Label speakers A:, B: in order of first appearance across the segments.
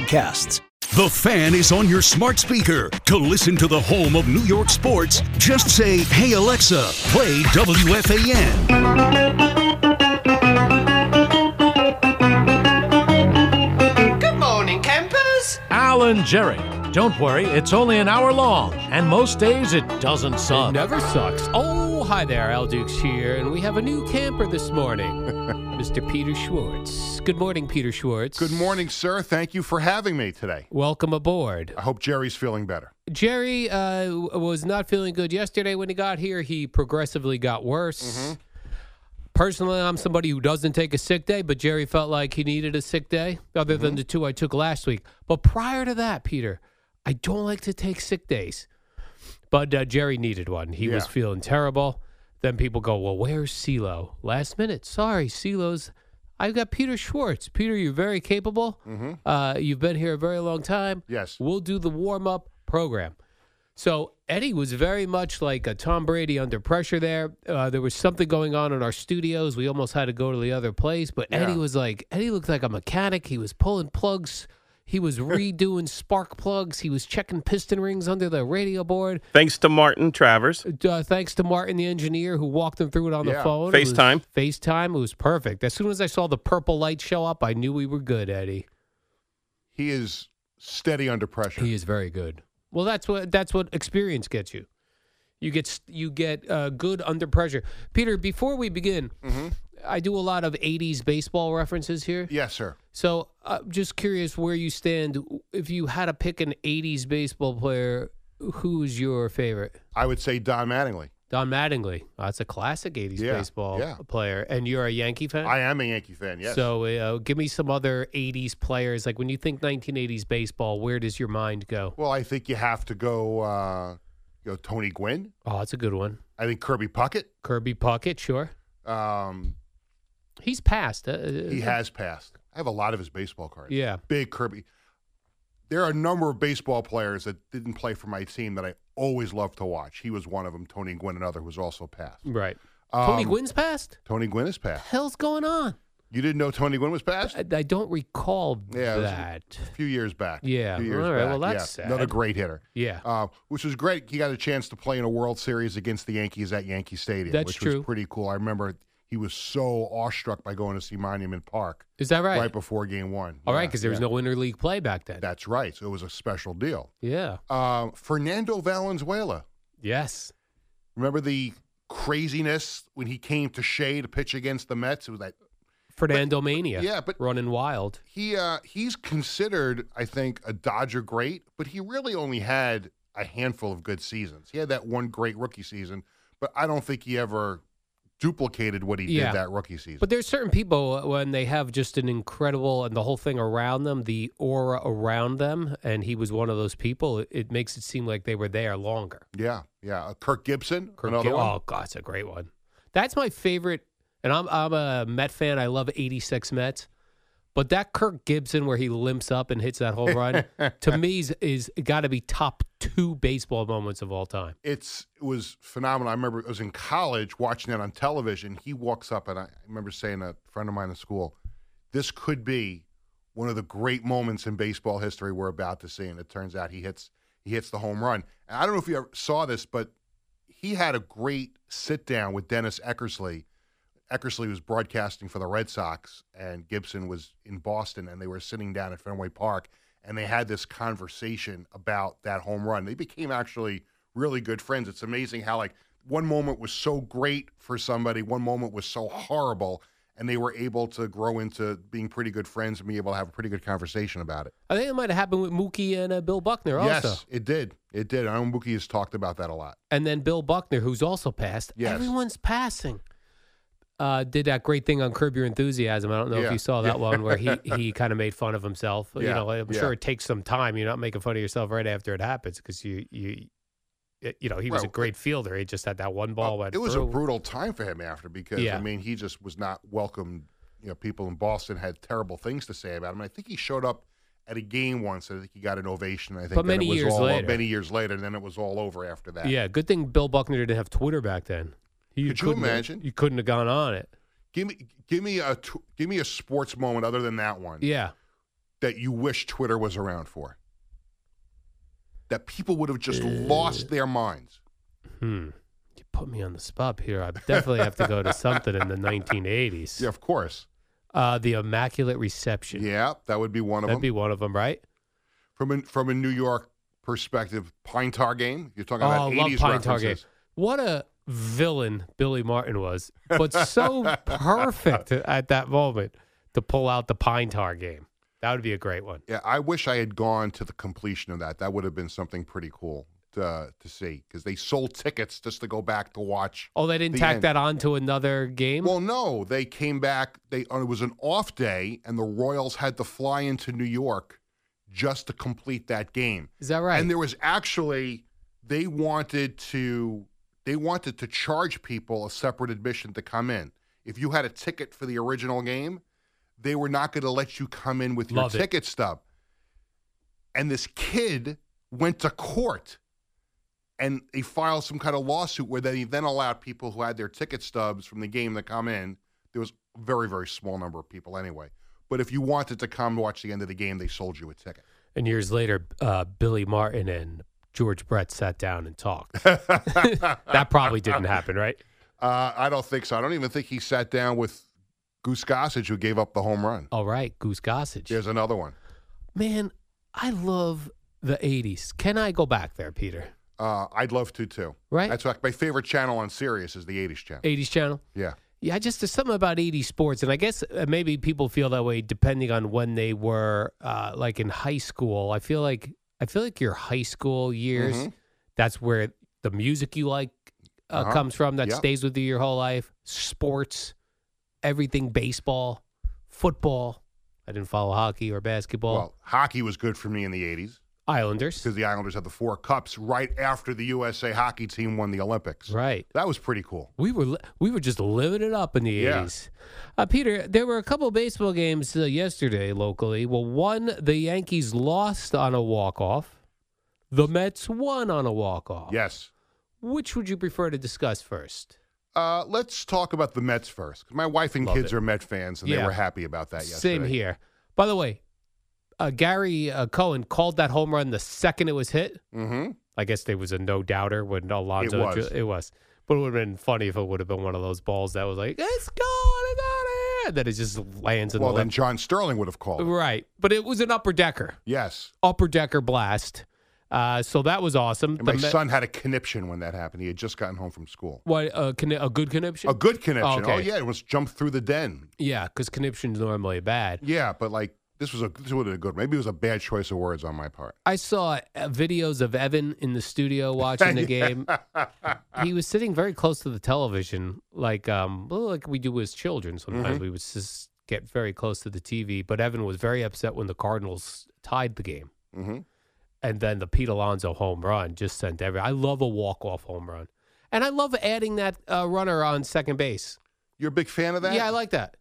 A: The fan is on your smart speaker. To listen to the home of New York sports, just say, Hey Alexa, play WFAN.
B: Good morning, campers.
C: Alan Jerry. Don't worry, it's only an hour long, and most days it doesn't suck.
D: Never sucks. Oh, hi there, Al Dukes here, and we have a new camper this morning, Mr. Peter Schwartz. Good morning, Peter Schwartz.
E: Good morning, sir. Thank you for having me today.
D: Welcome aboard.
E: I hope Jerry's feeling better.
D: Jerry uh, w- was not feeling good yesterday when he got here. He progressively got worse. Personally, I'm somebody who doesn't take a sick day, but Jerry felt like he needed a sick day, other than the two I took last week. But prior to that, Peter, I don't like to take sick days. But uh, Jerry needed one. He was
E: Yeah.
D: feeling terrible. Then people go, Well, where's CeeLo? Last minute. Sorry, CeeLo's. I've got Peter Schwartz. Peter, you're very capable. Uh, you've been here a very long time.
E: Mm-hmm. Yes.
D: We'll do the warm up program. So Eddie was very much like a Tom Brady under pressure there. Uh, there was something going on in our studios. We almost had to go to the other place, but Eddie was like, Eddie looked like a mechanic. He was pulling plugs. He was redoing spark plugs. He was checking piston rings under the radio board.
F: Thanks to Martin Travers.
D: Uh, thanks to Martin, the engineer, who walked him through it on the
E: Yeah.
D: phone. It was-
F: FaceTime.
D: FaceTime. It was perfect. As soon as I saw the purple light show up, I knew we were good, Eddie.
E: He is steady under pressure.
D: He is very good. Well, that's what that's what experience gets you. You get s- you get uh, good under pressure. Peter, before we begin, I do a lot of '80s baseball references here.
E: yes, sir.
D: So I'm just curious where you stand. If you had to pick an '80s baseball player, who's your favorite?
E: I would say Don Mattingly.
D: Don Mattingly. Oh, that's a classic '80s
E: Yeah,
D: baseball
E: yeah.
D: player, and you're a Yankee fan.
E: I am a Yankee fan. Yes.
D: So, uh, give me some other '80s players. Like when you think 1980s baseball, where does your mind go?
E: well, I think you have to go. Uh, you know, Tony Gwynn.
D: Oh, that's a good one.
E: I think Kirby Puckett.
D: Kirby Puckett, sure.
E: Um,
D: He's passed. Uh,
E: he has passed. I have a lot of his baseball cards.
D: Yeah.
E: Big Kirby. There are a number of baseball players that didn't play for my team that I always loved to watch. He was one of them. Tony Gwynn, another, who was also passed.
D: Right. Tony
E: Um,
D: Gwynn's passed?
E: Tony Gwynn is passed.
D: Hell's going on?
E: You didn't know Tony Gwynn was passed?
D: I, I don't recall
E: Yeah, it was-
D: that.
E: a few years back.
D: Yeah.
E: few years
D: All right.
E: back,
D: Well,
E: yeah.
D: that's sad.
E: Another great hitter,
D: Yeah.
E: uh, which was great. He got a chance to play in a World Series against the Yankees at Yankee Stadium,
D: That's
E: which
D: true.
E: was pretty cool. I remember he was so awestruck by going to see Monument Park
D: Is that right?
E: right, before Game One.
D: All right,
E: Yeah,
D: because there was
E: yeah.
D: no interleague play back then.
E: That's right. So it was a special deal.
D: yeah.
E: Um, Fernando Valenzuela.
D: Yes.
E: Remember the craziness when he came to Shea to pitch against the Mets? It was that
D: Fernando Mania.
E: yeah, but-
D: running wild.
E: he uh, he's considered, I think, a Dodger great, but he really only had a handful of good seasons. He had that one great rookie season, but I don't think he ever duplicated what he
D: Yeah.
E: did that rookie season.
D: But there's certain people uh, when they have just an incredible and the whole thing around them, the aura around them, and he was one of those people. It, it makes it seem like they were there longer.
E: yeah, yeah, Uh, Kirk Gibson,
D: Kirk
E: another
D: Gib-
E: one.
D: Oh god, it's a great one. That's my favorite, and I'm I'm a Met fan. I love '86 Mets, but that Kirk Gibson where he limps up and hits that home run to me is, is got to be top two baseball moments of all time.
E: It's it was phenomenal. I remember I was in college watching that on television. He walks up, and I I remember saying to a friend of mine in school, "This could be one of the great moments in baseball history we're about to see." And it turns out he hits he hits the home run. And I don't know if you ever saw this, but he had a great sit down with Dennis Eckersley. Eckersley was broadcasting for the Red Sox, and Gibson was in Boston, and they were sitting down at Fenway Park, and they had this conversation about that home run. They became actually really good friends. It's amazing how like one moment was so great for somebody, one moment was so horrible, and they were able to grow into being pretty good friends and be able to have a pretty good conversation about it.
D: I think it might have happened with Mookie and uh, Bill Buckner also,
E: Yes, it did. It did. I know Mookie has talked about that a lot.
D: and then Bill Buckner, who's also passed.
E: Yes.
D: Everyone's passing. uh, did that great thing on Curb Your Enthusiasm. I don't know if
E: Yeah.
D: you saw that one where he, he kind of made fun of himself. You
E: Yeah.
D: know, I'm
E: Yeah.
D: sure it takes some time. You're not making fun of yourself right after it happens because you you it- you know he was a
E: Well, Oh,
D: great fielder. He just had that one ball went.
E: Uh, it was
D: through.
E: a brutal time for him after because
D: Yeah.
E: I mean he just was not welcomed. You know, people in Boston had terrible things to say about him. And I think he showed up at a game once. and I think he got an ovation. I think
D: But
E: then
D: many
E: it was
D: years
E: all,
D: later.
E: many years later, and then it was all over after that.
D: yeah. Good thing Bill Buckner didn't have Twitter back then. He
E: Could you
D: couldn't have-
E: imagine?
D: You couldn't have gone on it.
E: Give me, give me a, tw- give me a sports moment other than that one
D: Yeah.
E: that you wish Twitter was around for. That people would have
D: Uh,
E: just lost their minds.
D: Hmm. You put me on the spot here. I definitely have to go to something in the 1980s.
E: Yeah, of course.
D: Uh, the Immaculate Reception.
E: Yeah, that would be one of
D: That'd
E: them.
D: be one of them, right?
E: From a, from a New York perspective, Pine Tar game. You're talking about
D: oh, love
E: 80s
D: Pine
E: references.
D: Target. What a villain Billy Martin was, but so perfect at that moment to pull out the Pine Tar game. That would be a great one.
E: Yeah, I wish I had gone to the completion of that. That would have been something pretty cool to, to see because they sold tickets just to go back to watch.
D: Oh, they didn't
E: The
D: tack
E: end.
D: that on to another game?
E: Well, no, they came back. They uh, it was an off day, and the Royals had to fly into New York just to complete that game.
D: Is that right?
E: And there was actually they wanted to they wanted to charge people a separate admission to come in. If you had a ticket for the original game, they were not going to let you come in with
D: Love it.
E: your ticket stub. And this kid went to court and they filed some kind of lawsuit where they then allowed people who had their ticket stubs from the game to come in. There was a very, very small number of people anyway. But if you wanted to come watch the end of the game, they sold you a ticket.
D: and years later, uh, Billy Martin and George Brett sat down and talked. that probably didn't happen, right?
E: Uh, I don't think so. I don't even think he sat down with Goose Gossage, who gave up the home run.
D: All right, Goose Gossage.
E: Here's another one.
D: Man, I love the 80s. Can I go back there, Peter?
E: Uh, I'd love to too.
D: Right.
E: That's like my favorite channel on Sirius is the '80s channel.
D: 80s channel?
E: Yeah.
D: Yeah, I just there's something about 80 sports, and I guess uh, maybe people feel that way depending on when they were, uh, like in high school. I feel like I feel like your high school years,
E: Mm-hmm.
D: that's where the music you like uh,
E: Uh-huh.
D: comes from, that
E: Yep.
D: stays with you your whole life. Sports, everything, baseball, football. I didn't follow hockey or basketball.
E: Well, hockey was good for me in the '80s
D: Islanders,
E: because the Islanders had the four cups right after the USA hockey team won the Olympics.
D: right?
E: That was pretty cool.
D: We were li- we were just living it up in the
E: Yeah.
D: eighties. Uh, Peter, there were a couple of baseball games uh, yesterday locally. Well, one the Yankees lost on a walk off. The Mets won on a walk off.
E: Yes.
D: Which would you prefer to discuss first?
E: Uh, let's talk about the Mets first. 'cause My wife and
D: Love
E: kids
D: it.
E: are Met fans, and
D: Yeah.
E: they were happy about that Uh, yesterday.
D: Same here. By the way, uh, Gary uh, Cohen called that home run the second it was hit.
E: Mm-hmm.
D: I guess there was a no doubter when Alonzo.
E: was.
D: it was. But it would have been funny if it would have been one of those balls that was like, it's gone, it's out of here. And then it just lands in
E: Well,
D: the left
E: then John Sterling would have called. it.
D: Right. But it was an upper decker,
E: Yes.
D: upper decker blast. Uh, so that was awesome.
E: And my
D: The Met-
E: son had a conniption when that happened. He had just gotten home from school.
D: What, a, conne- a good conniption?
E: A good conniption.
D: Okay.
E: Oh yeah, it was jump through the den.
D: yeah, because conniption's normally bad.
E: Yeah, but like this was a this was a good. Maybe it was a bad choice of words on my part.
D: I saw uh, videos of Evan in the studio watching the game. he was sitting very close to the television, like um, well, like we do as children. Sometimes we would just get very close to the TV. But Evan was very upset when the Cardinals tied the game,
E: Mhm.
D: and then the Pete Alonso home run just sent every. I love a walk off home run, and I love adding that uh, runner on second base.
E: You're a big fan of that?
D: yeah, I like that.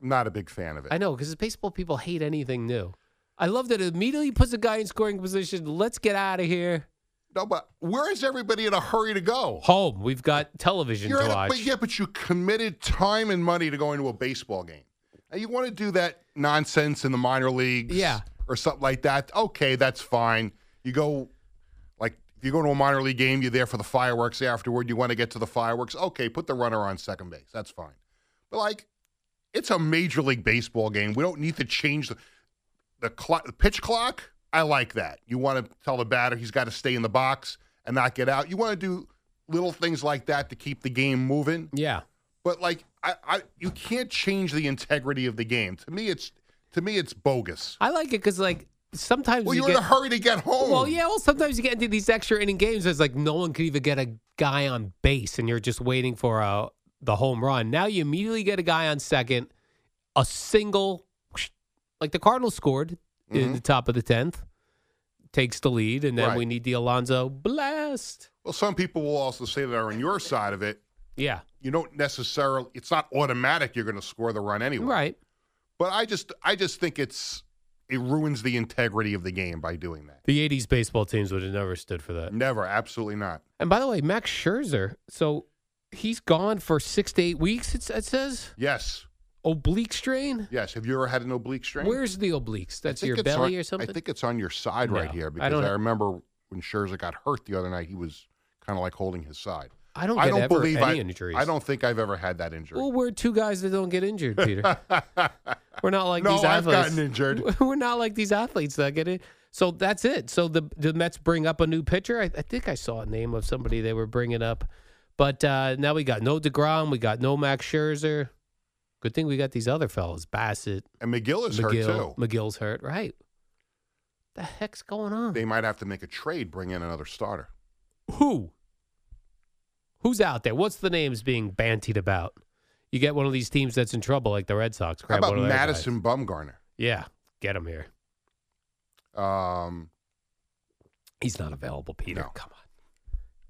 E: Not a big fan of it.
D: I know because baseball people hate anything new. I love that it immediately puts a guy in scoring position. Let's get out of here.
E: No, but where is everybody in a hurry to go?
D: home. We've got television
E: You're
D: to
E: in a,
D: watch.
E: but yeah, but you committed time and money to go into a baseball game. And you want to do that nonsense in the minor leagues,
D: Yeah.
E: or something like that. Okay, that's fine. You go, like if you go to a minor league game, you're there for the fireworks afterward. You want to get to the fireworks. Okay, put the runner on second base. That's fine. But like, it's a major league baseball game. We don't need to change the the, clock, the pitch clock. I like that. You want to tell the batter he's got to stay in the box and not get out. You want to do little things like that to keep the game moving.
D: Yeah.
E: But like, I, I you can't change the integrity of the game. To me, it's to me it's bogus.
D: I like it because like sometimes
E: Well,
D: you
E: you're
D: get.
E: in a hurry to get home.
D: well, yeah. Well, sometimes you get into these extra inning games. It's like no one could even get a guy on base, and you're just waiting for a the home run. Now you immediately get a guy on second, a single, like the Cardinals scored in the top of the tenth, takes the lead, and then
E: Mm-hmm. Right.
D: we need the Alonzo blast.
E: Well, some people will also say that are on your side of it.
D: Yeah,
E: You don't necessarily. It's not automatic. You're going to score the run anyway.
D: right.
E: But I just, I just think it's it ruins the integrity of the game by doing that.
D: The '80s baseball teams would have never stood for that.
E: Never, absolutely not.
D: And by the way, Max Scherzer, so he's gone for six to eight weeks. It's, it says
E: Yes,
D: oblique strain.
E: yes. Have you ever had an oblique strain?
D: Where's the obliques?
E: I
D: That's
E: think
D: your
E: it's
D: belly
E: on-
D: or something.
E: I think it's on your side right
D: No, I
E: here because
D: don't-
E: I, remember when Scherzer got hurt the other night, he was kind of like holding his side.
D: I don't. Get
E: I don't
D: ever
E: believe
D: any
E: I.
D: injuries.
E: I don't think I've ever had that injury.
D: Well, we're two guys that don't get injured, Peter. we're not like
E: no,
D: these
E: I've
D: athletes.
E: gotten injured.
D: We're not like these athletes that get it. So that's it. So the the Mets bring up a new pitcher. I, I think I saw a name of somebody they were bringing up, but uh, now we got no Degrom. We got no Max Scherzer. Good thing we got these other fellas. Bassett,
E: And McGill is
D: McGill,
E: hurt too.
D: McGill's hurt. Right. The heck's going on?
E: They might have to make a trade, bring in another starter.
D: who? Who's out there? What's the names being bantied about? You get one of these teams that's in trouble, like the Red Sox.
E: How
D: grab
E: about
D: one of their guys.
E: Madison Bumgarner?
D: Yeah, get him here.
E: Um,
D: He's not available, Peter.
E: No.
D: Come on,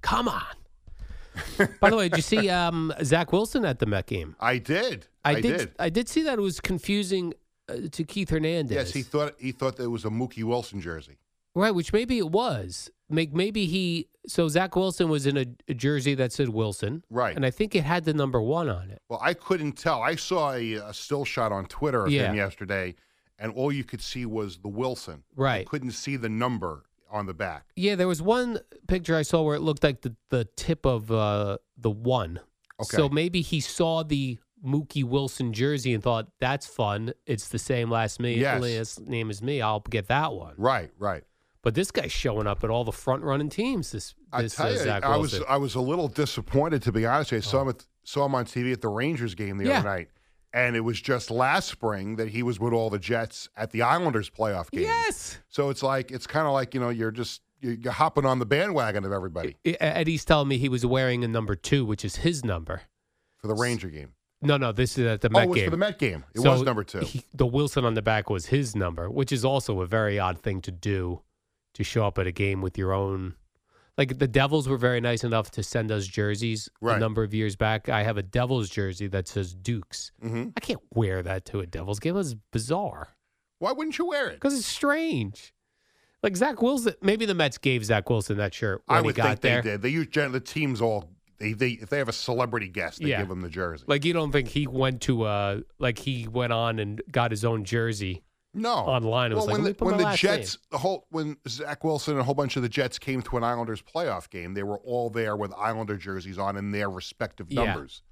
D: come on. By the way, did you see um, Zach Wilson at the Met game?
E: I did. I, did.
D: did, I did see that it was confusing uh, to Keith Hernandez.
E: Yes, he thought he thought that it was a Mookie Wilson jersey.
D: right, which maybe it was. Make maybe he. So Zach Wilson was in a, a jersey that said Wilson,
E: Right.
D: and I think it had the number one on it.
E: Well, I couldn't tell. I saw a, a still shot on Twitter of
D: Yeah.
E: him yesterday, and all you could see was the Wilson.
D: Right.
E: Couldn't see the number on the back.
D: Yeah, there was one picture I saw where it looked like the, the tip of uh, the one.
E: Okay.
D: So maybe he saw the Mookie Wilson jersey and thought, that's fun. It's the same last name,
E: Yes.
D: last name as me. I'll get that one.
E: Right. Right.
D: But this guy's showing up at all the front running teams this,
E: I
D: this
E: tell
D: uh,
E: you,
D: Zach
E: I was
D: Wilson. Oh.
E: I was a little disappointed to be honest. with you. I saw him at, saw him on TV at the Rangers game the
D: Yeah.
E: other night, and it was just last spring that he was with all the Jets at the Islanders playoff game.
D: yes.
E: So it's like it's kind of like you know you're just you're, you're hopping on the bandwagon of everybody
D: E- Eddie's telling me he was wearing a number two, which is his number.
E: for the Ranger game.
D: No, no, this is at the Met
E: oh, it was
D: game.
E: for the Met game. It
D: So
E: was number two.
D: he- the Wilson on the back was his number, which is also a very odd thing to do to show up at a game with your own. Like the Devils were very nice enough to send us jerseys a
E: Right.
D: number of years back. I have a Devils jersey that says Dukes.
E: Mhm.
D: I can't wear that to a Devils game. It's bizarre
E: Why wouldn't you wear it?
D: because it's strange. Like Zach Wilson, maybe the Mets gave Zach Wilson that shirt when
E: I would
D: he got
E: think
D: there.
E: they did. They use gen- the teams all. They, they if they have a celebrity guest, they
D: Yeah.
E: give them the jersey.
D: Like you don't think he went to uh like he went on and got his own jersey.
E: no,
D: online, it was like,
E: Well,
D: let
E: when the,
D: me put
E: when
D: my
E: the
D: last name.
E: Jets, the whole when Zach Wilson and a whole bunch of the Jets came to an Islanders playoff game, they were all there with Islander jerseys on in their respective
D: Yeah.
E: numbers.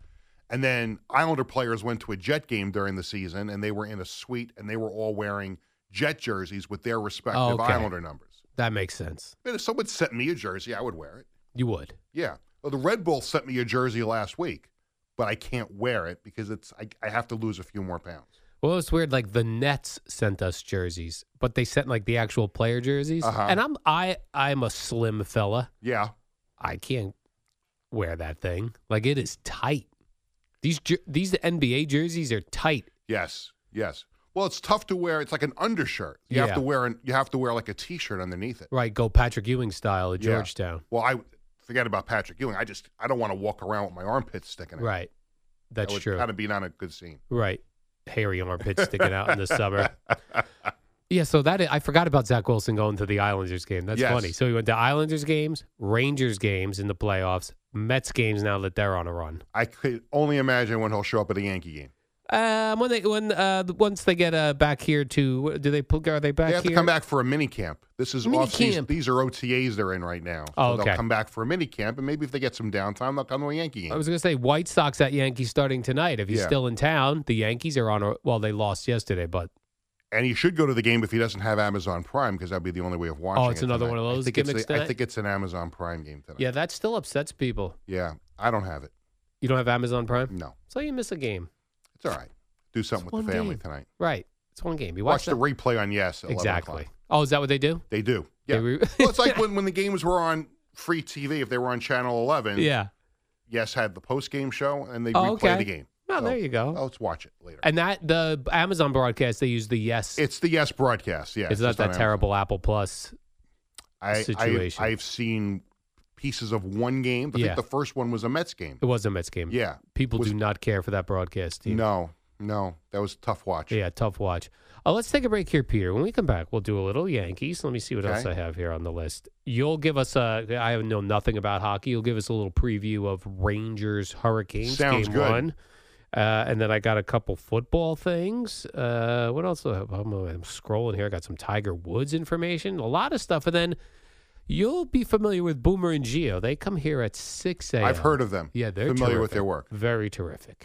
E: And then Islander players went to a Jet game during the season, and they were in a suite, and they were all wearing Jet jerseys with their respective
D: Oh, okay.
E: Islander numbers.
D: That makes sense.
E: I mean, if someone sent me a jersey, I would wear it.
D: You would.
E: Yeah. Well, the Red Bull sent me a jersey last week, but I can't wear it because it's I, I have to lose a few more pounds.
D: Well, it's weird. Like the Nets sent us jerseys, but they sent like the actual player jerseys.
E: Uh-huh.
D: And I'm I I'm a slim fella.
E: Yeah.
D: I can't wear that thing. Like it is tight. These jer- these NBA jerseys are tight.
E: Yes. Yes. Well, it's tough to wear. It's like an undershirt. You
D: Yeah.
E: have to wear an, you have to wear like a t-shirt underneath it.
D: Right, go Patrick Ewing style at
E: Yeah.
D: Georgetown.
E: Well, I forget about Patrick Ewing. I just I don't want to walk around with my armpits sticking out.
D: Right. That's
E: that would
D: true.
E: Kind of be not a good scene.
D: Right. Hairy armpits sticking out in the summer. Yeah, so that I forgot about Zach Wilson going to the Islanders game. That's
E: Yes.
D: funny. So he went to Islanders games, Rangers games in the playoffs, Mets games now that they're on a run.
E: I could only imagine when he'll show up at a Yankee game.
D: Um, when they when uh once they get uh back here to do they pl- are they back
E: they have
D: here?
E: to come back for a mini camp. This is
D: Mini
E: off season.
D: camp.
E: These are OTAs they're in right now. So
D: Oh, okay.
E: They'll come back for a mini camp, and maybe if they get some downtime, they'll come to a Yankee game.
D: I was gonna say White Sox at Yankees starting tonight. If he's
E: Yeah.
D: still in town, the Yankees are on a well they lost yesterday, but
E: and he should go to the game if he doesn't have Amazon Prime because that'd be the only way of watching.
D: Oh, it's
E: it
D: another
E: tonight.
D: one of those
E: I think, it's
D: gimmicks
E: the- I
D: tonight?
E: think it's an Amazon Prime game tonight.
D: yeah, that still upsets people.
E: Yeah, I don't have it.
D: You don't have Amazon Prime?
E: No,
D: So you miss a game.
E: it's all right. Do something
D: It's
E: with the
D: one
E: family
D: game.
E: tonight.
D: Right. It's one game. You
E: Watch
D: watch,
E: the
D: that-
E: replay on Yes. At 11
D: Exactly.
E: o'clock.
D: Oh, is that what they do?
E: they do.
D: They
E: Yeah.
D: re-
E: well, it's like when, when the games were on free TV. If they were on Channel Eleven,
D: Yeah.
E: Yes had the post game show, and they
D: Oh,
E: replayed
D: okay.
E: the game.
D: Oh,
E: So,
D: there you go.
E: oh, let's watch it later.
D: And that the Amazon broadcast they use the yes.
E: It's the Yes broadcast. Yeah,
D: it's
E: it's
D: not
E: just
D: that
E: on Amazon.
D: terrible Apple Plus.
E: I,
D: situation.
E: I, have seen pieces of one game. I
D: Yeah.
E: think the first one was a Mets game.
D: It was a Mets game.
E: Yeah.
D: People
E: Was-
D: do not care for that broadcast team.
E: No, no, that was a tough watch.
D: Yeah, tough watch. Uh, let's take a break here, Peter. When we come back, we'll do a little Yankees. Let me see what else
E: Okay.
D: I have here on the list. You'll give us a. I know nothing about hockey. You'll give us a little preview of Rangers Hurricanes
E: Sounds
D: game
E: good.
D: one. Uh, and then I got a couple football things. Uh, what else? do I have? I'm, I'm scrolling here. I got some Tiger Woods information, a lot of stuff. And then you'll be familiar with Boomer and Geo. They come here at 6 a.m.
E: I've heard of them.
D: Yeah, they're
E: familiar with
D: terrific.
E: their work.
D: Very terrific.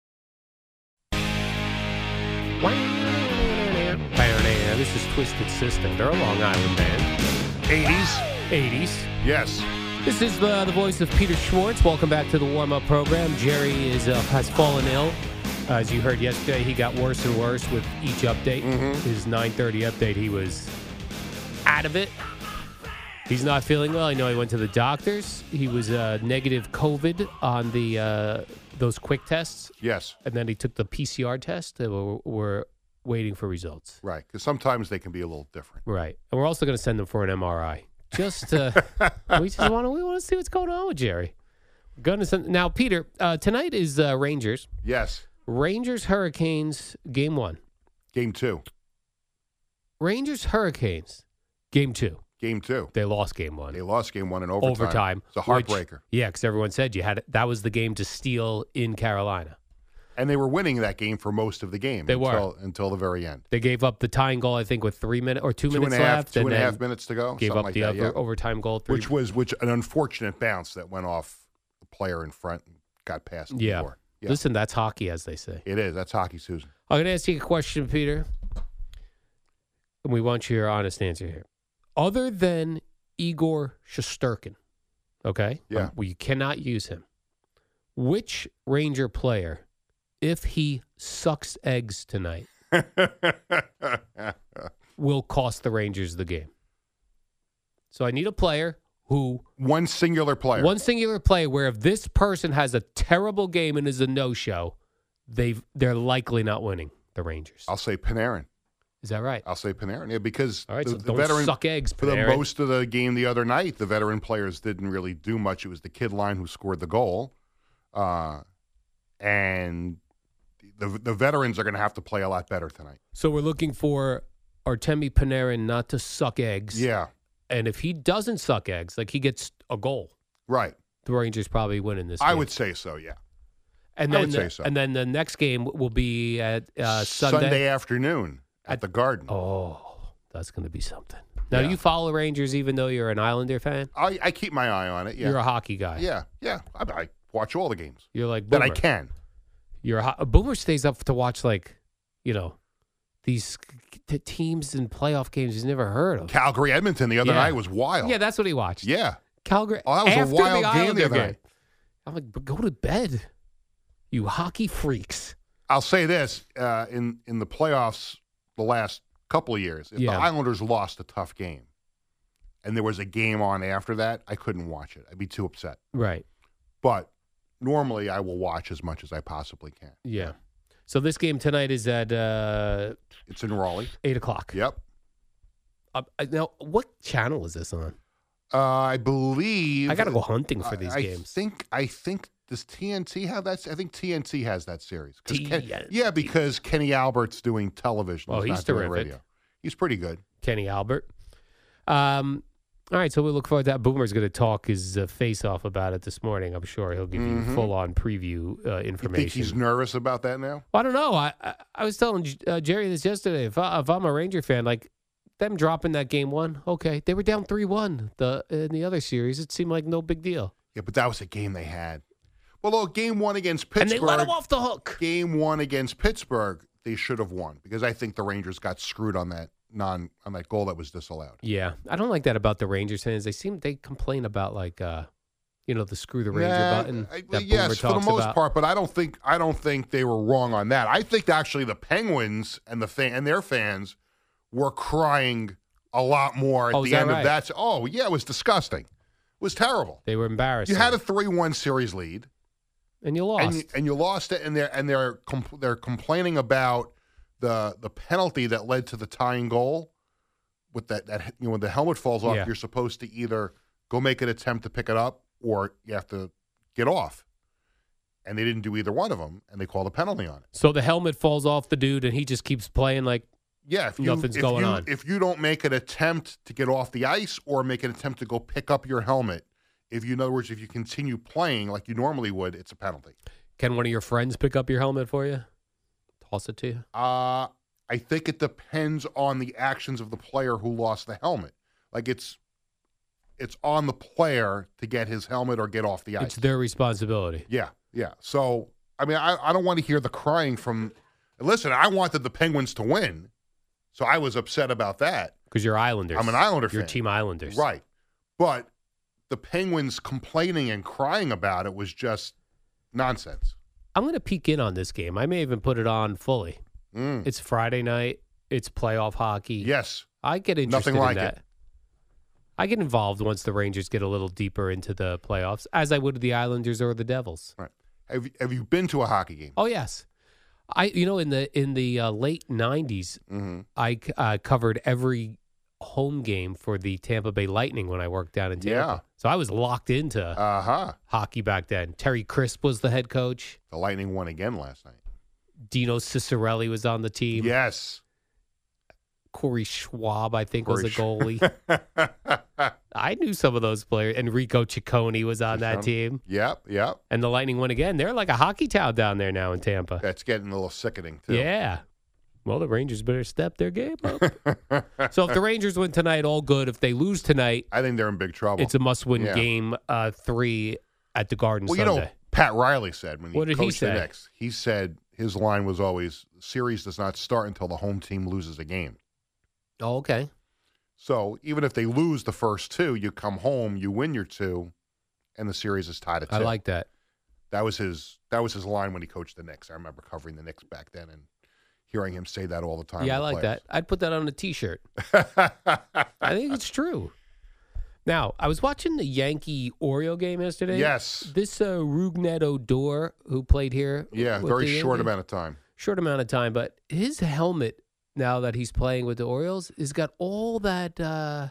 D: This is Twisted Sister. They're a Long Island band.
E: 80s?
D: 80s.
E: Yes.
D: This is the, the voice of Peter Schwartz. Welcome back to the warm up program. Jerry is uh, has fallen ill. As you heard yesterday, he got worse and worse with each update. His 9:30 update, he was out of it. He's not feeling well. I know he went to the doctors. He was uh, negative COVID on the uh, those quick tests,
E: Yes.
D: and then he took the PCR test. And we're, we're waiting for results.
E: Right. Because sometimes they can be a little different.
D: Right. And we're also going to send them for an MRI. Just to, we just want to we want to see what's going on with Jerry. Going to send now, Peter. Uh, tonight is uh, Rangers,
E: Yes.
D: Rangers Hurricanes game one,
E: Game two.
D: Rangers Hurricanes game two.
E: Game two.
D: They lost game one.
E: They lost game one in overtime.
D: Overtime.
E: It's a
D: which-
E: heartbreaker.
D: yeah, because everyone said you had that was the game to steal in Carolina.
E: And they were winning that game for most of the game.
D: They were.
E: until, until the very end.
D: They gave up the tying goal, I think, with three minutes or two,
E: Two and
D: minutes
E: a half,
D: left.
E: two and a
D: then
E: half minutes to go.
D: Gave
E: something
D: up
E: like
D: the
E: that,
D: other
E: yeah.
D: overtime goal. Three,
E: which was which an unfortunate bounce that went off the player in front and got past. the
D: yeah.
E: floor. yeah.
D: Listen, that's hockey, as they say.
E: it is. That's hockey, Susan.
D: I'm going to ask you a question, Peter. And we want your honest answer here. Other than Igor Shosturkin, okay?
E: Yeah.
D: Um, we cannot use him. Which Ranger player, if he sucks eggs tonight, will cost the Rangers the game? So I need a player who,
E: One singular player.
D: one singular player, where if this person has a terrible game and is a no show, they've they're likely not winning the Rangers.
E: I'll say Panarin.
D: Is that right?
E: I'll say Panarin. Yeah, because
D: All right,
E: Oh.
D: so
E: the, the
D: don't
E: veteran
D: suck eggs,
E: for the
D: Panarin.
E: most of the game the other night, the veteran players didn't really do much. It was the kid line who scored the goal, uh, and the the veterans are going to have to play a lot better tonight.
D: So we're looking for Artemi Panarin not to suck eggs.
E: Yeah,
D: And if he doesn't suck eggs, like he gets a goal,
E: right.
D: the Rangers probably win in this.
E: I
D: game.
E: would say so. Yeah,
D: And
E: I
D: then
E: would say
D: the,
E: so.
D: And then the next game will be at uh, Sunday.
E: afternoon at, the Garden.
D: Oh, that's going to be something. Now, do
E: Yeah.
D: you follow Rangers even though you're an Islander fan?
E: I, I keep my eye on it. Yeah,
D: You're a hockey guy.
E: yeah, yeah. I, I watch all the games
D: You're like
E: that
D: Boomer.
E: I can.
D: You're a, ho- a Boomer stays up to watch like, you know, these t- teams in playoff games he's never heard of.
E: Calgary Edmonton the other
D: Yeah.
E: night was wild.
D: yeah, that's what he watched.
E: yeah.
D: Calgary.
E: Oh, that was a
D: after
E: wild
D: the
E: game the
D: Islander
E: other night.
D: I'm like, but go to bed, you hockey freaks.
E: I'll say this uh, in in the playoffs the last couple of years, if
D: Yeah.
E: the Islanders lost a tough game, and there was a game on after that, I couldn't watch it. I'd be too upset.
D: Right.
E: But normally, I will watch as much as I possibly can.
D: Yeah. So this game tonight is at uh,
E: It's in Raleigh.
D: eight o'clock.
E: Yep.
D: Uh, now, what channel is this on?
E: Uh, I believe
D: I got to go hunting for these
E: I
D: games.
E: think I think does TNT have that? I think TNT has that series. 'Cause
D: TNT.
E: yeah, because Kenny Albert's doing television.
D: Oh,
E: not
D: he's
E: doing
D: terrific.
E: radio. He's pretty good.
D: Kenny Albert. Um, all right, so we look forward to that. Boomer's going to talk his uh, face off about it this morning. I'm sure he'll give you full on preview uh,
E: Mm-hmm. You think
D: information.
E: he's nervous about that now?
D: Well, I don't know. I I, I was telling J- uh, Jerry this yesterday. If, I, if I'm a Ranger fan, like them dropping that game one, okay, they were down three one. The in the other series, it seemed like no big deal,
E: Yeah, but that was a game they had. Well, look, game one against Pittsburgh.
D: and they let him off the hook.
E: Game one against Pittsburgh, they should have won because I think the Rangers got screwed on that non on that goal that was disallowed.
D: Yeah, I don't like that about the Rangers fans. They seem they complain about like, uh, you know, the screw the Ranger
E: Yeah,
D: button.
E: I-
D: that Boomer
E: yes, for the
D: talks
E: most
D: about.
E: part, but I don't think I don't think they were wrong on that. I think actually the Penguins and the fan and their fans were crying a lot more at
D: Oh, is
E: the
D: that
E: end
D: right?
E: of that. Oh yeah, it was disgusting. It was terrible.
D: They were embarrassed.
E: You had a three-one series lead,
D: and you lost.
E: and you, and you lost it, and they're and they're compl- they're complaining about the the penalty that led to the tying goal. With that that you know when the helmet falls off,
D: Yeah.
E: you're supposed to either go make an attempt to pick it up or you have to get off. And they didn't do either one of them, and they called a penalty on it.
D: so the helmet falls off the dude, and he just keeps playing like
E: Yeah, if you,
D: Nothing's
E: if
D: going
E: you-
D: on.
E: If you don't make an attempt to get off the ice or make an attempt to go pick up your helmet, if you in other words, if you continue playing like you normally would, it's a penalty.
D: Can one of your friends pick up your helmet for you? Toss it to you.
E: Uh, I think it depends on the actions of the player who lost the helmet. Like it's it's on the player to get his helmet or get off the ice.
D: It's their responsibility.
E: yeah, yeah. So I mean, I, I don't want to hear the crying from. Listen, I wanted the Penguins to win, so I was upset about that.
D: Because you're Islanders.
E: I'm an Islander
D: You're
E: fan.
D: Team Islanders.
E: Right, but the Penguins complaining and crying about it was just nonsense.
D: I'm going to peek in on this game. I may even put it on fully.
E: Mm.
D: It's Friday night. It's playoff hockey.
E: Yes,
D: I get interested
E: Nothing like
D: in that.
E: it.
D: I get involved once the Rangers get a little deeper into the playoffs, as I would the Islanders or the Devils.
E: right. Have you- have you been to a hockey game?
D: Oh yes, I you know in the in the uh, late '90s,
E: Mm-hmm.
D: I c- uh, covered every home game for the Tampa Bay Lightning when I worked down in Tampa.
E: Yeah.
D: So I was locked into
E: Uh huh.
D: hockey back then. Terry Crisp was the head coach.
E: The Lightning won again last night.
D: Dino Cicerelli was on the team.
E: Yes.
D: Corey Schwab, I think, was
E: Corey
D: the
E: Sch-
D: goalie. I knew some of those players. Enrico Ciccone was on that
E: Ciccone.
D: team.
E: yep, yep.
D: And the Lightning won again. They're like a hockey town down there now in Tampa.
E: That's getting a little sickening too.
D: Yeah. Well, the Rangers better step their game up. so if the Rangers win tonight, all good. If they lose tonight,
E: I think they're in big trouble.
D: it's a must-win
E: Oh, yeah.
D: game uh, three at the Garden
E: well, you
D: Sunday.
E: know, Pat Riley said when he
D: What did he
E: coached
D: say?
E: the Knicks, he said his line was always series does not start until the home team loses a game.
D: oh, okay.
E: So even if they lose the first two, you come home, you win your two, and the series is tied at two.
D: I like that.
E: that was his that was his line when he coached the Knicks. I remember covering the Knicks back then and hearing him say that all the time.
D: Yeah, I
E: to
D: like that. I'd put that on a T-shirt.
E: players.
D: I think it's true. Now, I was watching the Yankee Oreo game yesterday.
E: yes.
D: This uh, Rugnet Odor, who played here,
E: Yeah,
D: with
E: very
D: the
E: short
D: Yankees-
E: amount of time.
D: short amount of time, but his helmet now that he's playing with the Orioles has got all that. uh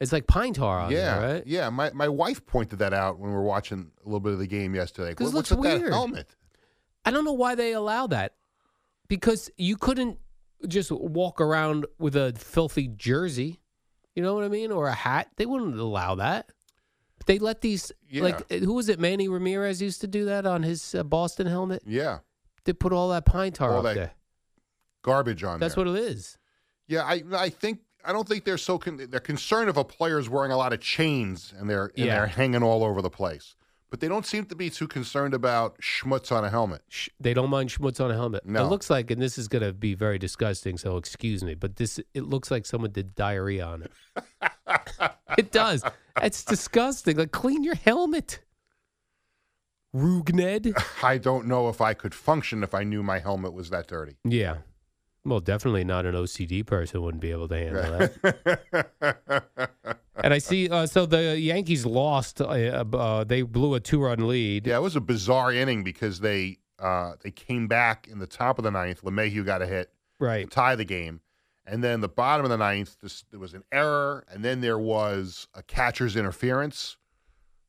D: It's like pine tar on
E: yeah,
D: there, right?
E: yeah. My my wife pointed that out when we were watching a little bit of the game yesterday.
D: 'Cause it
E: What's
D: looks
E: with
D: weird.
E: that helmet?
D: I don't know why they allow that because you couldn't just walk around with a filthy jersey, you know what I mean, or a hat. They wouldn't allow that. They let these
E: Yeah.
D: like uh, who was it? Manny Ramirez used to do that on his uh, Boston helmet.
E: Yeah,
D: They put all that pine tar
E: All
D: up
E: that
D: there.
E: garbage on
D: That's
E: there.
D: what it is.
E: yeah, I I think I don't think they're so con- they're concerned if a player's wearing a lot of chains and they're and
D: Yeah.
E: they're hanging all over the place, but they don't seem to be too concerned about schmutz on a helmet.
D: Sh- They don't mind schmutz on a helmet.
E: No.
D: It looks like, and this is going to be very disgusting, so excuse me, but this it looks like someone did diarrhea on it. it does. It's disgusting. Like clean your helmet, Rugned.
E: I don't know if I could function if I knew my helmet was that dirty.
D: Yeah. Well, definitely not an OCD person wouldn't be able to handle that. and I see. Uh, so the Yankees lost. Uh, uh, they blew a two-run lead.
E: Yeah, it was a bizarre inning because they uh, they came back in the top of the ninth. LeMahieu got a hit.
D: Right.
E: tie the game. And then the bottom of the ninth, this, there was an error, and then there was a catcher's interference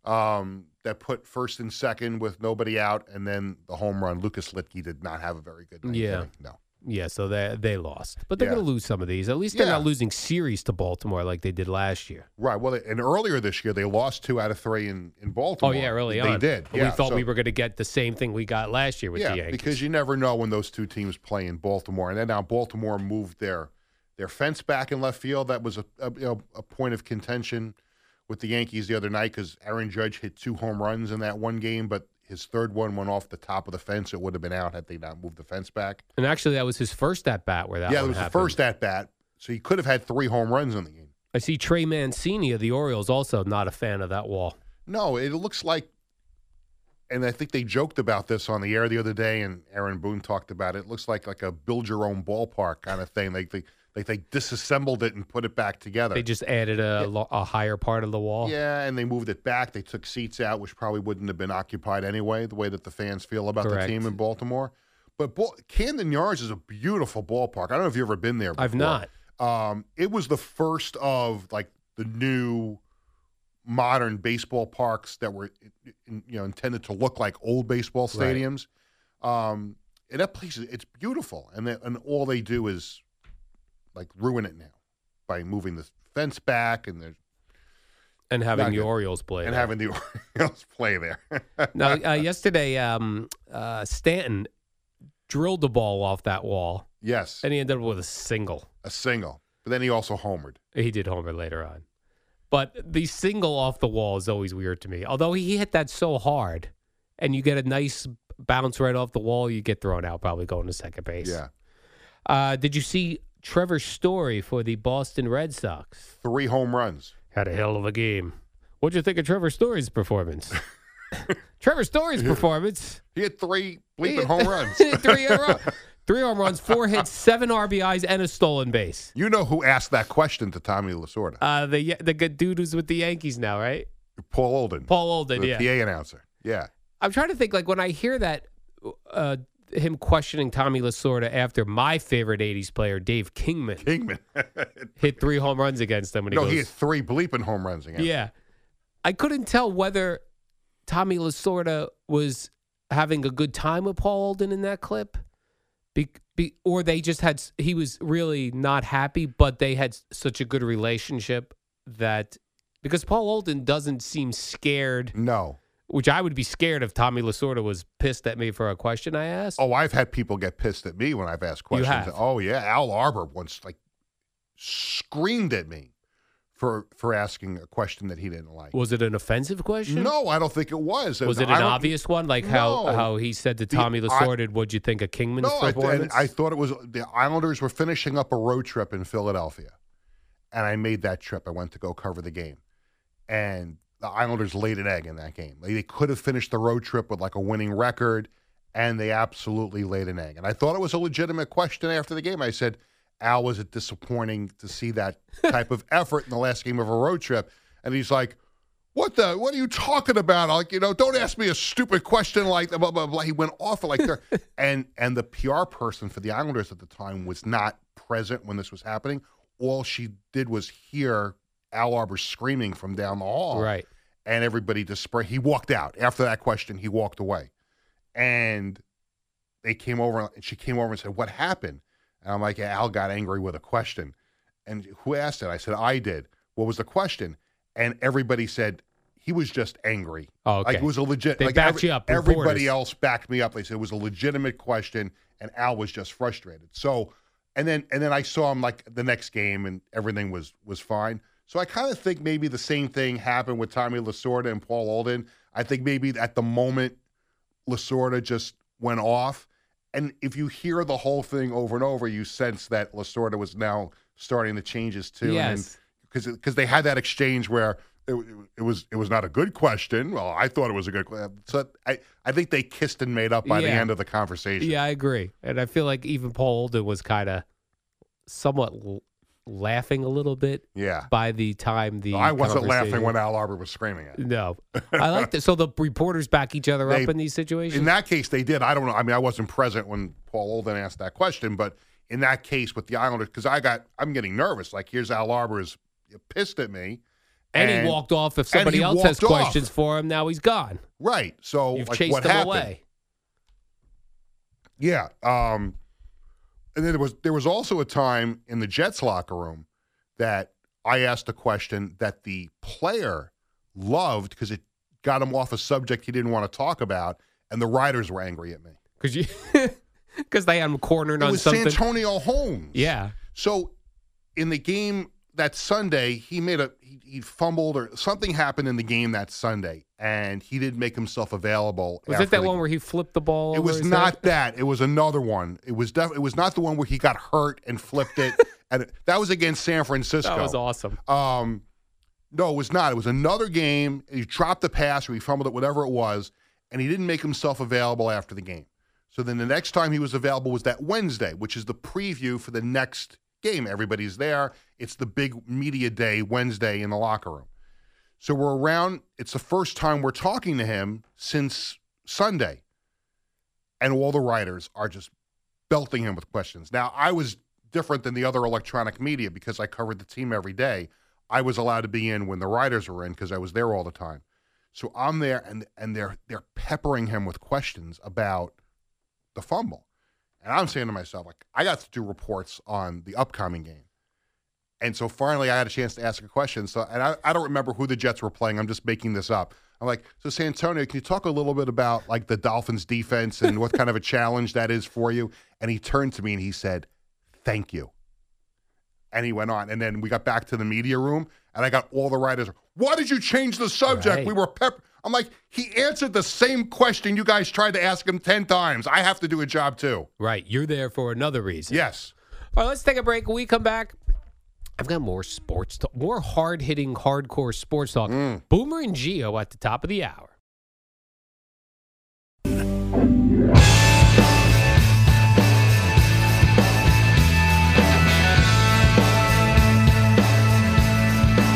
E: um, that put first and second with nobody out, and then the home run. Lucas Litke did not have a very good night.
D: Yeah.
E: did he? No.
D: Yeah, so they they lost, but they're
E: Yeah.
D: going to lose some of these. At least they're
E: Yeah.
D: not losing series to Baltimore like they did last year.
E: Right. Well, and earlier this year, they lost two out of three in, in
D: Oh
E: Baltimore.
D: yeah, early
E: they
D: on
E: did.
D: We
E: yeah.
D: thought
E: So-
D: we were going to get the same thing we got last year with
E: yeah,
D: the Yankees.
E: because you never know when those two teams play in Baltimore. And then now Baltimore moved their their fence back in left field. That was a a, you know, a point of contention with the Yankees the other night because Aaron Judge hit two home runs in that one game, but his third one went off the top of the fence. It would have been out had they not moved the fence back.
D: and actually, that was his first at bat where that.
E: yeah, it
D: one
E: was
D: happened.
E: the first at bat, so he could have had three home runs in the game.
D: I see Trey Mancini of the Orioles also not a fan of that wall.
E: No, it looks like, and I think they joked about this on the air the other day, and Aaron Boone talked about it. It looks like like a build your own ballpark kind of thing. Like they like they disassembled it and put it back together.
D: They just added a, lo- a higher part of the wall.
E: yeah, and they moved it back. They took seats out, which probably wouldn't have been occupied anyway. The way that the fans feel about
D: Correct.
E: the team in Baltimore, but Bal- Camden Yards is a beautiful ballpark. I don't know if you've ever been there.
D: I've
E: before.
D: not.
E: Um, it was the first of like the new modern baseball parks that were in, you know intended to look like old baseball
D: Right.
E: stadiums. Um, and that place is it's beautiful, and that, and all they do is like ruin it now by moving the fence back and there's
D: And having
E: Not
D: the
E: good.
D: Orioles play.
E: and
D: there.
E: having the Orioles play there.
D: now, uh, yesterday, um, uh, Stanton drilled the ball off that wall,
E: yes,
D: and he ended up with a single.
E: a single, but then he also homered.
D: He did homer later on. But the single off the wall is always weird to me. Although he hit that so hard, and you get a nice bounce right off the wall, you get thrown out probably going to second base.
E: Yeah,
D: Uh, did you see Trevor's story for the Boston Red Sox?
E: three home runs.
D: Had a hell of a game. What'd you think of Trevor Story's performance? Trevor Story's performance.
E: He had three
D: He
E: bleeping
D: hit-
E: home runs.
D: three, in a row. three home runs, four hits, seven RBIs, and a stolen base.
E: You know who asked that question to Tommy Lasorda?
D: Uh, the the good dude who's with the Yankees now, right?
E: Paul Olden,
D: Paul Olden.
E: the
D: yeah,
E: PA announcer. Yeah.
D: I'm trying to think. Like when I hear that, uh, him questioning Tommy Lasorda after my favorite '80s player, Dave Kingman,
E: Kingman.
D: hit three home runs against him, and he
E: no,
D: goes,
E: he had three bleeping home runs again.
D: Yeah. I couldn't tell whether Tommy Lasorda was having a good time with Paul Alden in that clip. Be, be, or they just had, s- he was really not happy, but they had s- such a good relationship that, because Paul Alden doesn't seem scared,
E: No.
D: which I would be scared if Tommy Lasorda was pissed at me for a question I asked.
E: Oh, I've had people get pissed at me when I've asked questions.
D: have.
E: Oh yeah, Al Arbor once like screamed at me for for asking a question that he didn't like.
D: Was it an offensive question?
E: no, I don't think it was.
D: Was it
E: I
D: an
E: don't-
D: obvious one? Like how,
E: No.
D: how he said to
E: The-
D: Tommy
E: I-
D: Lasorda, what'd you think of Kingman's
E: No, I, th- and
D: performance?
E: I thought it was the Islanders were finishing up a road trip in Philadelphia, and I made that trip. I went to go cover the game, and the Islanders laid an egg in that game. Like, they could have finished the road trip with like a winning record, and they absolutely laid an egg. And I thought it was a legitimate question after the game. I said, "Al, was it disappointing to see that type of effort in the last game of a road trip?" And he's like. What the? What are you talking about? Like, you know, don't ask me a stupid question like that. Blah blah blah. He went off like that, and and the PR person for the Islanders at the time was not present when this was happening. All she did was hear Al Arbor screaming from down the hall,
D: right.
E: and everybody dispersed. He walked out after that question. He walked away, and they came over. And she came over and said, "What happened?" And I'm like, "Al got angry with a question." And who asked it? I said, "I did." What was the question? And everybody said he was just angry.
D: Oh, okay.
E: Like it was a legit.
D: They
E: like
D: backed you up, reporters.
E: Everybody else backed me up. They said it was a legitimate question, and Al was just frustrated. So, and then and then I saw him like the next game, and everything was was fine. So I kind of think maybe the same thing happened with Tommy Lasorda and Paul Alden. I think maybe at the moment Lasorda just went off, and if you hear the whole thing over and over, you sense that Lasorda was now starting to change his tune. And,
D: Yes.
E: because because they had that exchange where it, it was it was not a good question. Well, I thought it was a good question. So I I think they kissed and made up by the
D: Yeah.
E: end of the conversation.
D: Yeah, I agree, and I feel like even Paul Olden was kind of somewhat l- laughing a little bit
E: yeah.
D: by the time the
E: I wasn't laughing
D: conversation-
E: when Al Arbor was screaming at. it.
D: No, I like that. So the reporters back each other
E: They-
D: up in these situations.
E: In that case, they did. I don't know. I mean, I wasn't present when Paul Olden asked that question, but in that case with the Islanders because I got I'm getting nervous. Like here's Al Arbor is pissed at me,
D: And, he walked off. If
E: and
D: somebody
E: he
D: else has
E: walked off.
D: questions for him, now he's gone.
E: Right. So
D: You've
E: like,
D: chased
E: what
D: him
E: happened?
D: away.
E: Yeah. Um, and then there was there was also a time in the Jets locker room that I asked a question that the player loved because it got him off a subject he didn't want to talk about, and the writers were angry at me.
D: Because you, because they had him cornered
E: It
D: on
E: was
D: something.
E: Santonio Holmes.
D: Yeah,
E: So in the game that Sunday, he made a he, he fumbled or something happened in the game that Sunday, and he didn't make himself available.
D: was
E: after
D: it that
E: the
D: one where he flipped the ball?
E: It
D: over
E: was
D: his
E: not
D: head?
E: that. It was another one. It was def- it was not the one where he got hurt and flipped it. and it- that was against San Francisco.
D: That was awesome.
E: Um, no, it was not. It was another game. He dropped the pass or he fumbled it, whatever it was, and he didn't make himself available after the game. So then the next time he was available was that Wednesday, which is the preview for the next game. Everybody's there. It's the big media day Wednesday in the locker room. So we're around. It's the first time we're talking to him since Sunday. And all the writers are just belting him with questions. Now, I was different than the other electronic media because I covered the team every day. I was allowed to be in when the writers were in because I was there all the time. So I'm there and and they're they're peppering him with questions about the fumble. And I'm saying to myself, like, I got to do reports on the upcoming game. And so finally I had a chance to ask a question. So and I, I don't remember who the Jets were playing. I'm just making this up. I'm like, so Santonio, can you talk a little bit about like the Dolphins defense and what kind of a challenge that is for you? And he turned to me and he said, Thank you. And he went on. And then we got back to the media room and I got all the writers, why did you change the subject?
D: Right.
E: We were pep I'm like, he answered the same question you guys tried to ask him ten times. I have to do a job too.
D: Right, you're there for another reason.
E: Yes.
D: All right, let's take a break. When we come back, I've got more sports talk, more hard hitting, hardcore sports talk.
E: Mm.
D: Boomer and Geo at the top of the hour.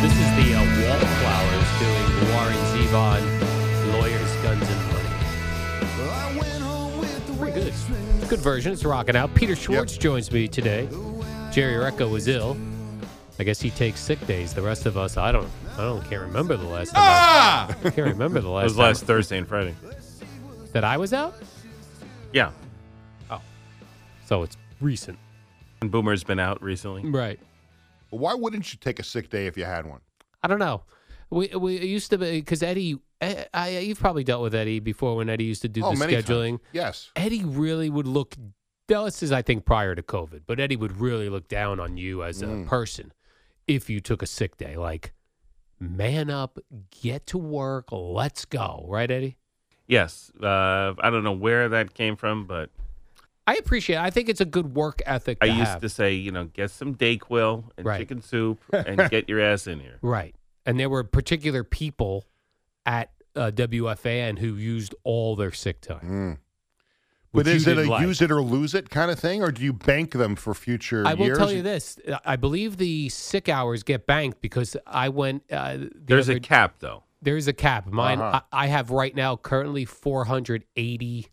D: This is the uh, Wallflowers doing Warren Zevon, Lawyers, Guns, and Money. Pretty good. It's a good version. It's rocking out. Peter Schwartz joins me today. Jerry Recco was ill. I guess he takes sick days. The rest of us, I don't, I don't can't remember the last time. Ah! I can't remember the
G: It
D: last
G: was
D: time
G: last Thursday and Friday.
D: that I was out.
G: Yeah.
D: So it's recent,
G: And Boomer's been out recently.
D: right?
E: But why wouldn't you take a sick day if you had one?
D: I don't know. We we used to be because Eddie, I, I you've probably dealt with Eddie before when Eddie used to do
E: oh,
D: the
E: many times.
D: scheduling.
E: Yes.
D: Eddie really would look. Now, This is, I think, prior to COVID, but Eddie would really look down on you as
E: Mm.
D: a person if you took a sick day. Like, man up, get to work, let's go. Right, Eddie?
G: Yes. Uh, I don't know where that came from, but
D: I appreciate it. I think it's a good work ethic.
G: I
D: to
G: used
D: have.
G: to say, you know, get some Dayquil and
D: Right.
G: chicken soup and get your ass in here.
D: Right. And there were particular people at uh, WFAN who used all their sick time.
E: Mm.
D: which
E: But is
D: you
E: it a
D: didn't like.
E: use it or lose it kind of thing, or do you bank them for future
D: I will
E: years?
D: tell you this. I believe the sick hours get banked because I went. Uh, the
G: There's
D: other-
G: a cap, though.
D: There is a cap. Mine,
E: Uh-huh.
D: I, I have right now currently 480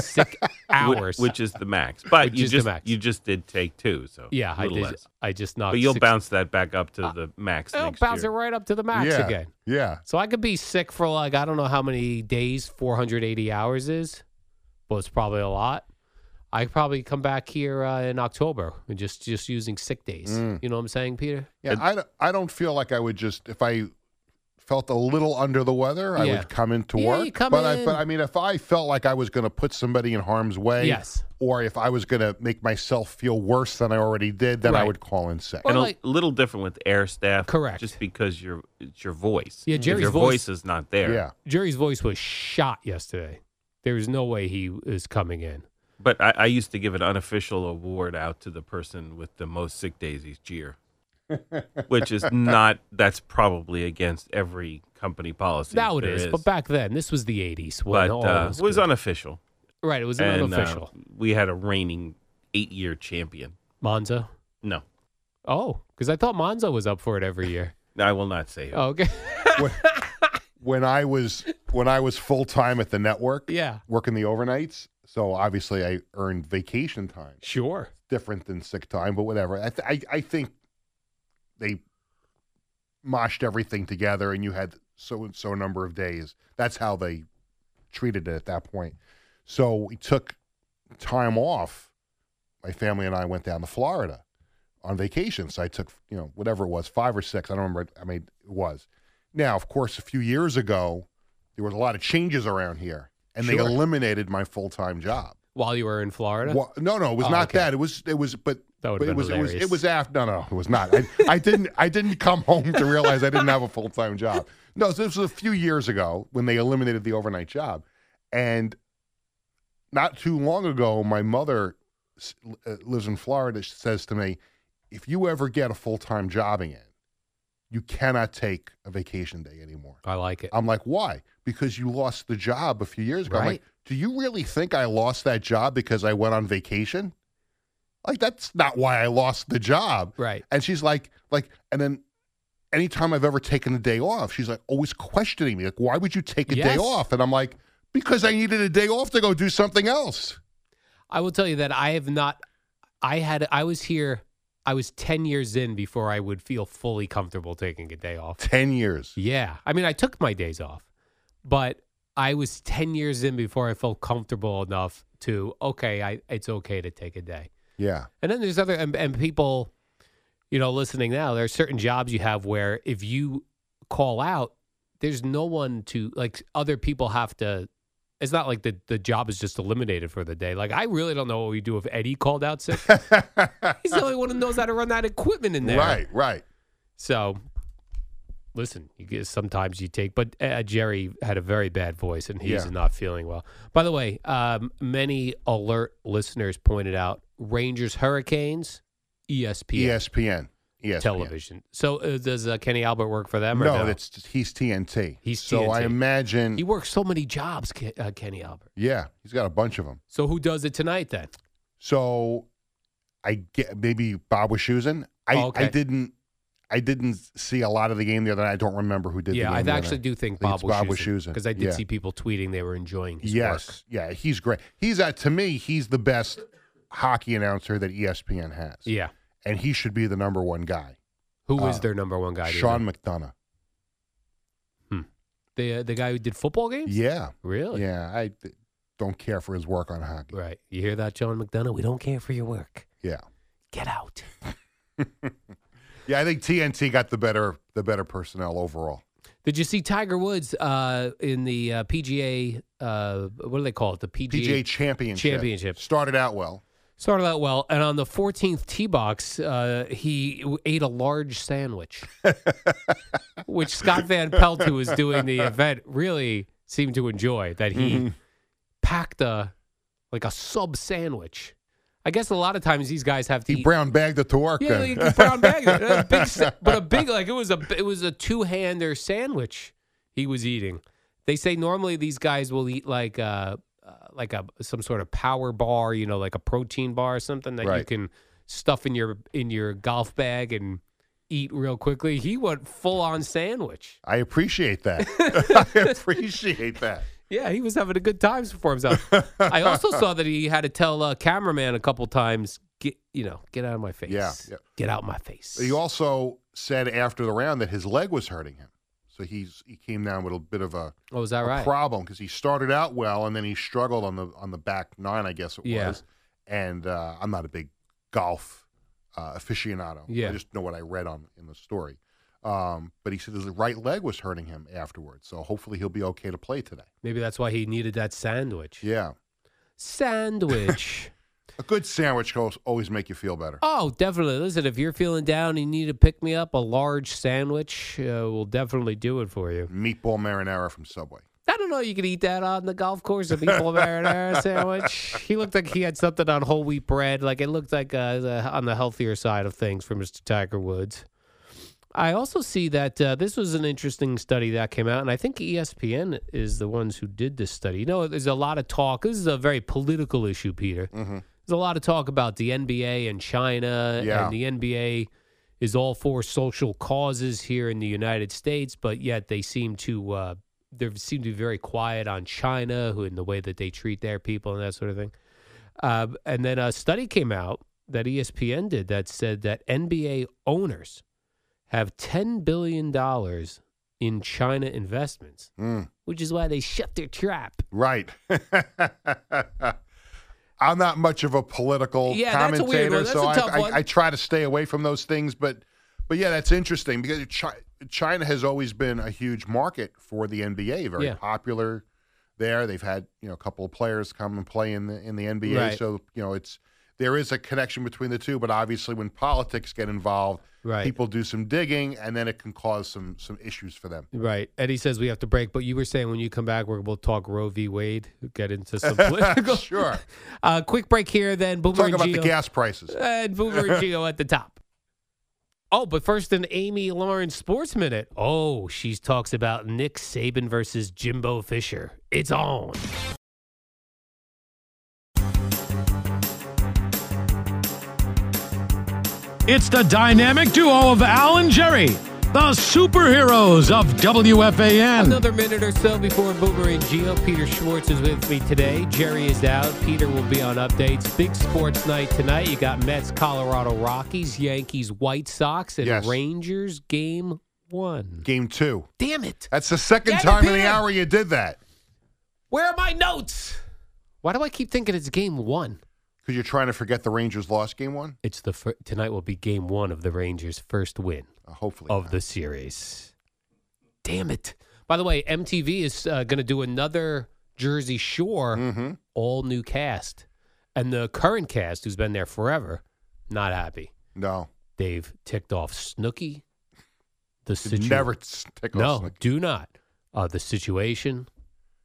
D: sick
G: whi-
D: hours.
G: Which is the max. But
D: Which
G: you
D: is the
G: just
D: max.
G: you just did take two, so
D: yeah,
G: a
D: I
G: little
D: did.
G: less.
D: I just knocked.
G: But you'll
D: six-
G: bounce that back up to the max.
D: I'll
G: next
D: bounce
G: year.
D: it right up to the max
E: yeah.
D: again.
E: Yeah.
D: So I could be sick for like I don't know how many days 480 hours is. Well, it's probably a lot. I could probably come back here uh, in October and just just using sick days.
G: Mm.
D: You know what I'm saying, Peter?
E: Yeah. I, don't- I don't feel like I would just if I felt a little under the weather, I
D: Yeah.
E: would come into
D: Yeah,
E: work.
D: you come
E: but I
D: in.
E: but I mean if I felt like I was gonna put somebody in harm's way
D: Yes.
E: or if I was gonna make myself feel worse than I already did, then I
D: Right.
E: would call in sick.
D: Well,
G: and a
D: like-
G: little different with air staff,
D: Correct.
G: Just because your it's your voice,
D: Yeah,
G: If
D: Jerry's
G: your
D: voice-
G: voice is not there.
E: yeah.
D: Jerry's voice was shot yesterday. There is no way he is coming in.
G: But I, I used to give an unofficial award out to the person with the most sick days each year, which is not. That's probably against every company policy.
D: Now it
G: there
D: is, but back then this was the '80s. When
G: but
D: all
G: uh,
D: was
G: it was
D: good.
G: unofficial.
D: right. It was an
G: and,
D: unofficial
G: Uh, we had a reigning eight-year champion.
D: Monza.
G: No,
D: Oh, because I thought Monza was up for it every year.
G: I will not say. who.
D: Oh, okay,
E: When I was when I was full time at the network
D: yeah,
E: working the overnights, so obviously I earned vacation time.
D: sure.
E: different than sick time, but whatever. I, th- I, I think they moshed everything together and you had so and so number of days. That's how they treated it at that point. So we took time off. My family and I went down to Florida on vacation. So I took, you know, whatever it was, five or six. I don't remember. I mean, it was. Now, of course, a few years ago, there was a lot of changes around here and they
D: Sure.
E: eliminated my full time job.
D: while you were in Florida?
E: Well, no, no, it was
D: Oh,
E: not
D: okay.
E: that. It was, it was, but,
D: That
E: but
D: would've
E: it
D: been
E: was, it was, it
D: hilarious.
E: was after. No, no, it was not. I, I didn't, I didn't come home to realize I didn't have a full time job. No, so this was a few years ago when they eliminated the overnight job, and not too long ago, my mother s- uh, lives in Florida. She says to me, "If you ever get a full time job again, you cannot take a vacation day anymore."
D: I like it.
E: I'm like, why? Because you lost the job a few years ago. I'm like,
D: Right.
E: do you really think I lost that job because I went on vacation? Like, that's not why I lost the job.
D: Right.
E: And she's like, like, and then anytime I've ever taken a day off, she's like always questioning me. Like, why would you take a day
D: Yes.
E: off? And I'm like, because I needed a day off to go do something else.
D: I will tell you that I have not. I had. I was here. I was ten years in before I would feel fully comfortable taking a day off.
E: 10 years.
D: Yeah, I mean, I took my days off, but I was ten years in before I felt comfortable enough to okay, I it's okay to take a day.
E: Yeah.
D: And then there's other and, and people, you know, listening now. There are certain jobs you have where if you call out, there's no one to like. Other people have to. It's not like the the job is just eliminated for the day. Like I really don't know what we do if Eddie called out sick. He's the only one who knows how to run that equipment in there.
E: Right, right.
D: So, listen, you get, sometimes you take, but uh, Jerry had a very bad voice and he's
E: Yeah.
D: not feeling well. By the way, um, many alert listeners pointed out Rangers Hurricanes, E ESPN.
E: E ESPN. ESPN.
D: Television. So uh, does uh, Kenny Albert work for them? Or
E: No,
D: no,
E: that's he's TNT.
D: He's
E: so I
D: TNT.
E: imagine.
D: he works so many jobs, Ke- uh, Kenny Albert.
E: yeah, he's got a bunch of them.
D: So who does it tonight then?
E: So I get maybe Bob was choosing. I,
D: Oh, okay.
E: I didn't I didn't see a lot of the game the other night. I don't remember who did the
D: yeah,
E: game.
D: I
E: the other
D: actually
E: night.
D: do think
E: I
D: Bob
E: it's Bob was choosing
D: because I did
E: yeah.
D: see people tweeting they were enjoying his
E: Yes,
D: work.
E: yeah, he's great. He's at to me, he's the best hockey announcer that E ESPN has,
D: Yeah.
E: and he should be the number one guy.
D: Who is
E: Uh,
D: their number one guy? do you
E: Sean
D: know?
E: McDonough.
D: the the guy who did football games.
E: Yeah,
D: Really?
E: yeah. I d- don't care for his work on hockey.
D: Right. You hear that, John McDonough? We don't care for your work.
E: Yeah,
D: Get out.
E: yeah. I think TNT got the better the better personnel overall.
D: Did you see Tiger Woods uh, in the uh, PGA? Uh, what do they call it? The PGA,
E: PGA Championship
D: Championship.
E: started out well.
D: started out well, and on the 14th tee box, uh, he w- ate a large sandwich, which Scott Van Pelt, who was doing the event, really seemed to enjoy. That he packed a like a sub sandwich. I guess a lot of times these guys have to
E: He
D: eat
E: brown bagged it to work.
D: Yeah,
E: then.
D: like a brown bag, a big, sa- but a big like it was a it was a two hander sandwich he was eating. They say normally these guys will eat like a uh, like a some sort of power bar, you know, like a protein bar or something that you
E: Right.
D: can stuff in your in your golf bag and eat real quickly. He went full on sandwich.
E: I appreciate that. I appreciate that.
D: Yeah, he was having a good time for himself. I also saw that he had to tell uh, cameraman a couple times, get you know, get out of my face.
E: Yeah, yeah.
D: Get out my face.
E: He also said after the round that his leg was hurting him, so he's he came down with a bit of a,
D: oh, is that
E: a
D: right?
E: problem because he started out well and then he struggled on the on the back nine, I guess it
D: Yeah.
E: was. And uh, I'm not a big golf uh, aficionado.
D: Yeah.
E: I just know what I read on in the story. Um, but he said his right leg was hurting him afterwards, so hopefully he'll be okay to play today.
D: Maybe that's why he needed that sandwich.
E: Yeah,
D: Sandwich.
E: a good sandwich goes always make you feel better.
D: oh, definitely. Listen, if you're feeling down and you need to pick me up, a large sandwich uh, will definitely do it for you.
E: Meatball marinara from Subway.
D: I don't know. You could eat that on the golf course, a meatball marinara sandwich. He looked like he had something on whole wheat bread. Like it looked like uh, the, on the healthier side of things for Mr. Tiger Woods. I also see that uh, this was an interesting study that came out, and I think E ESPN is the ones who did this study. You know, there's a lot of talk. This is a very political issue, Peter. There's a lot of talk about the NBA and China,
E: Yeah.
D: and the NBA is all for social causes here in the United States, but yet they seem to uh, they seem to be very quiet on China, who in the way that they treat their people and that sort of thing. Uh, and then a study came out that ESPN did that said that NBA owners have $10 billion in China investments,
E: Hmm.
D: which is why they shut their trap.
E: Right. I'm not much of a political
D: Yeah, that's a weird
E: commentator,
D: one. That's a
E: so
D: tough
E: I, I,
D: one.
E: I try to stay away from those things. But, but yeah, that's interesting because Chi- China has always been a huge market for the NBA. Very
D: Yeah.
E: popular there. They've had you know a couple of players come and play in the in the NBA.
D: Right.
E: So you know it's there is a connection between the two. But obviously, when politics get involved,
D: Right.
E: people do some digging, and then it can cause some some issues for them.
D: Right. Eddie says we have to break, but you were saying when you come back, we're, we'll talk Roe v. Wade, get into some political.
E: Sure.
D: Uh, quick break here, then Boomer
E: Talk
D: and
E: about the
D: Gio-
E: gas prices.
D: And Boomer and Gio at the top. Oh, but first, an Amy Lawrence Sports Minute. Oh, she talks about Nick Saban versus Jimbo Fisher. It's on.
C: It's the dynamic duo of Al and Jerry, the superheroes of WFAN.
D: Another minute or so before Boomer and Gio. Peter Schwartz is with me today. Jerry is out. Peter will be on updates. Big sports night tonight. You got Mets, Colorado Rockies, Yankees, White Sox, and
E: Yes.
D: Rangers game one.
E: Game two.
D: Damn it.
E: That's the second
D: Dang it,
E: time in the
D: Peter.
E: hour you did that
D: Where are my notes? Why do I keep thinking it's game one?
E: because you're trying to forget the Rangers lost game one.
D: It's the fir- tonight will be game one of the Rangers' first win
E: Uh, hopefully,
D: of the series. Damn it! By the way, MTV is uh, going to do another Jersey Shore
E: Mm-hmm.
D: all new cast, and the current cast, who's been there forever, not happy.
E: no.
D: They've ticked off Snooki, the situation.
E: Never s- tickles.
D: no,
E: Like,
D: do not. Uh, the situation,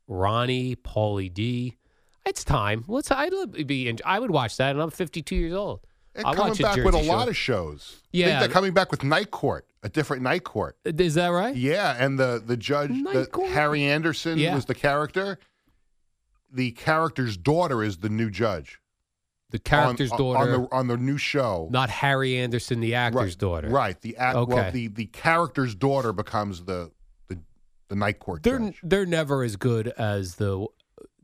D: Ronnie, Paulie D. It's time. Let's. I'd be. in- I would watch that, and I'm 52 years old.
E: and
D: I
E: coming
D: watch
E: back
D: a
E: with a
D: Jersey
E: lot
D: Shore.
E: of shows. I
D: Yeah.
E: think they're coming back with Night Court, a different Night Court.
D: Is that right?
E: Yeah, and the the judge,
D: Night
E: the,
D: Court?
E: Harry Anderson,
D: Yeah.
E: was the character. The character's daughter is the new judge.
D: The
E: on-
D: character's
E: on,
D: daughter,
E: on the on the new show.
D: not Harry Anderson, the actor's
E: right,
D: daughter.
E: Right. The act, well,
D: Okay.
E: the the character's daughter becomes the the, the Night Court.
D: They're
E: judge.
D: they're never as good as the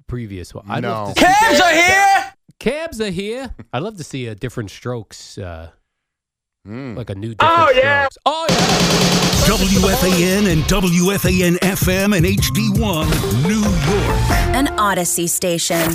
D: previous one.
E: No.
D: love to see-
B: Cabs are here!
D: Cabs are here. I'd love to see a different strokes, uh,
E: Mm.
D: like a new. Different oh yeah. Oh yeah.
A: WFAN and WFAN FM and HD1 New York.
H: An Odyssey station.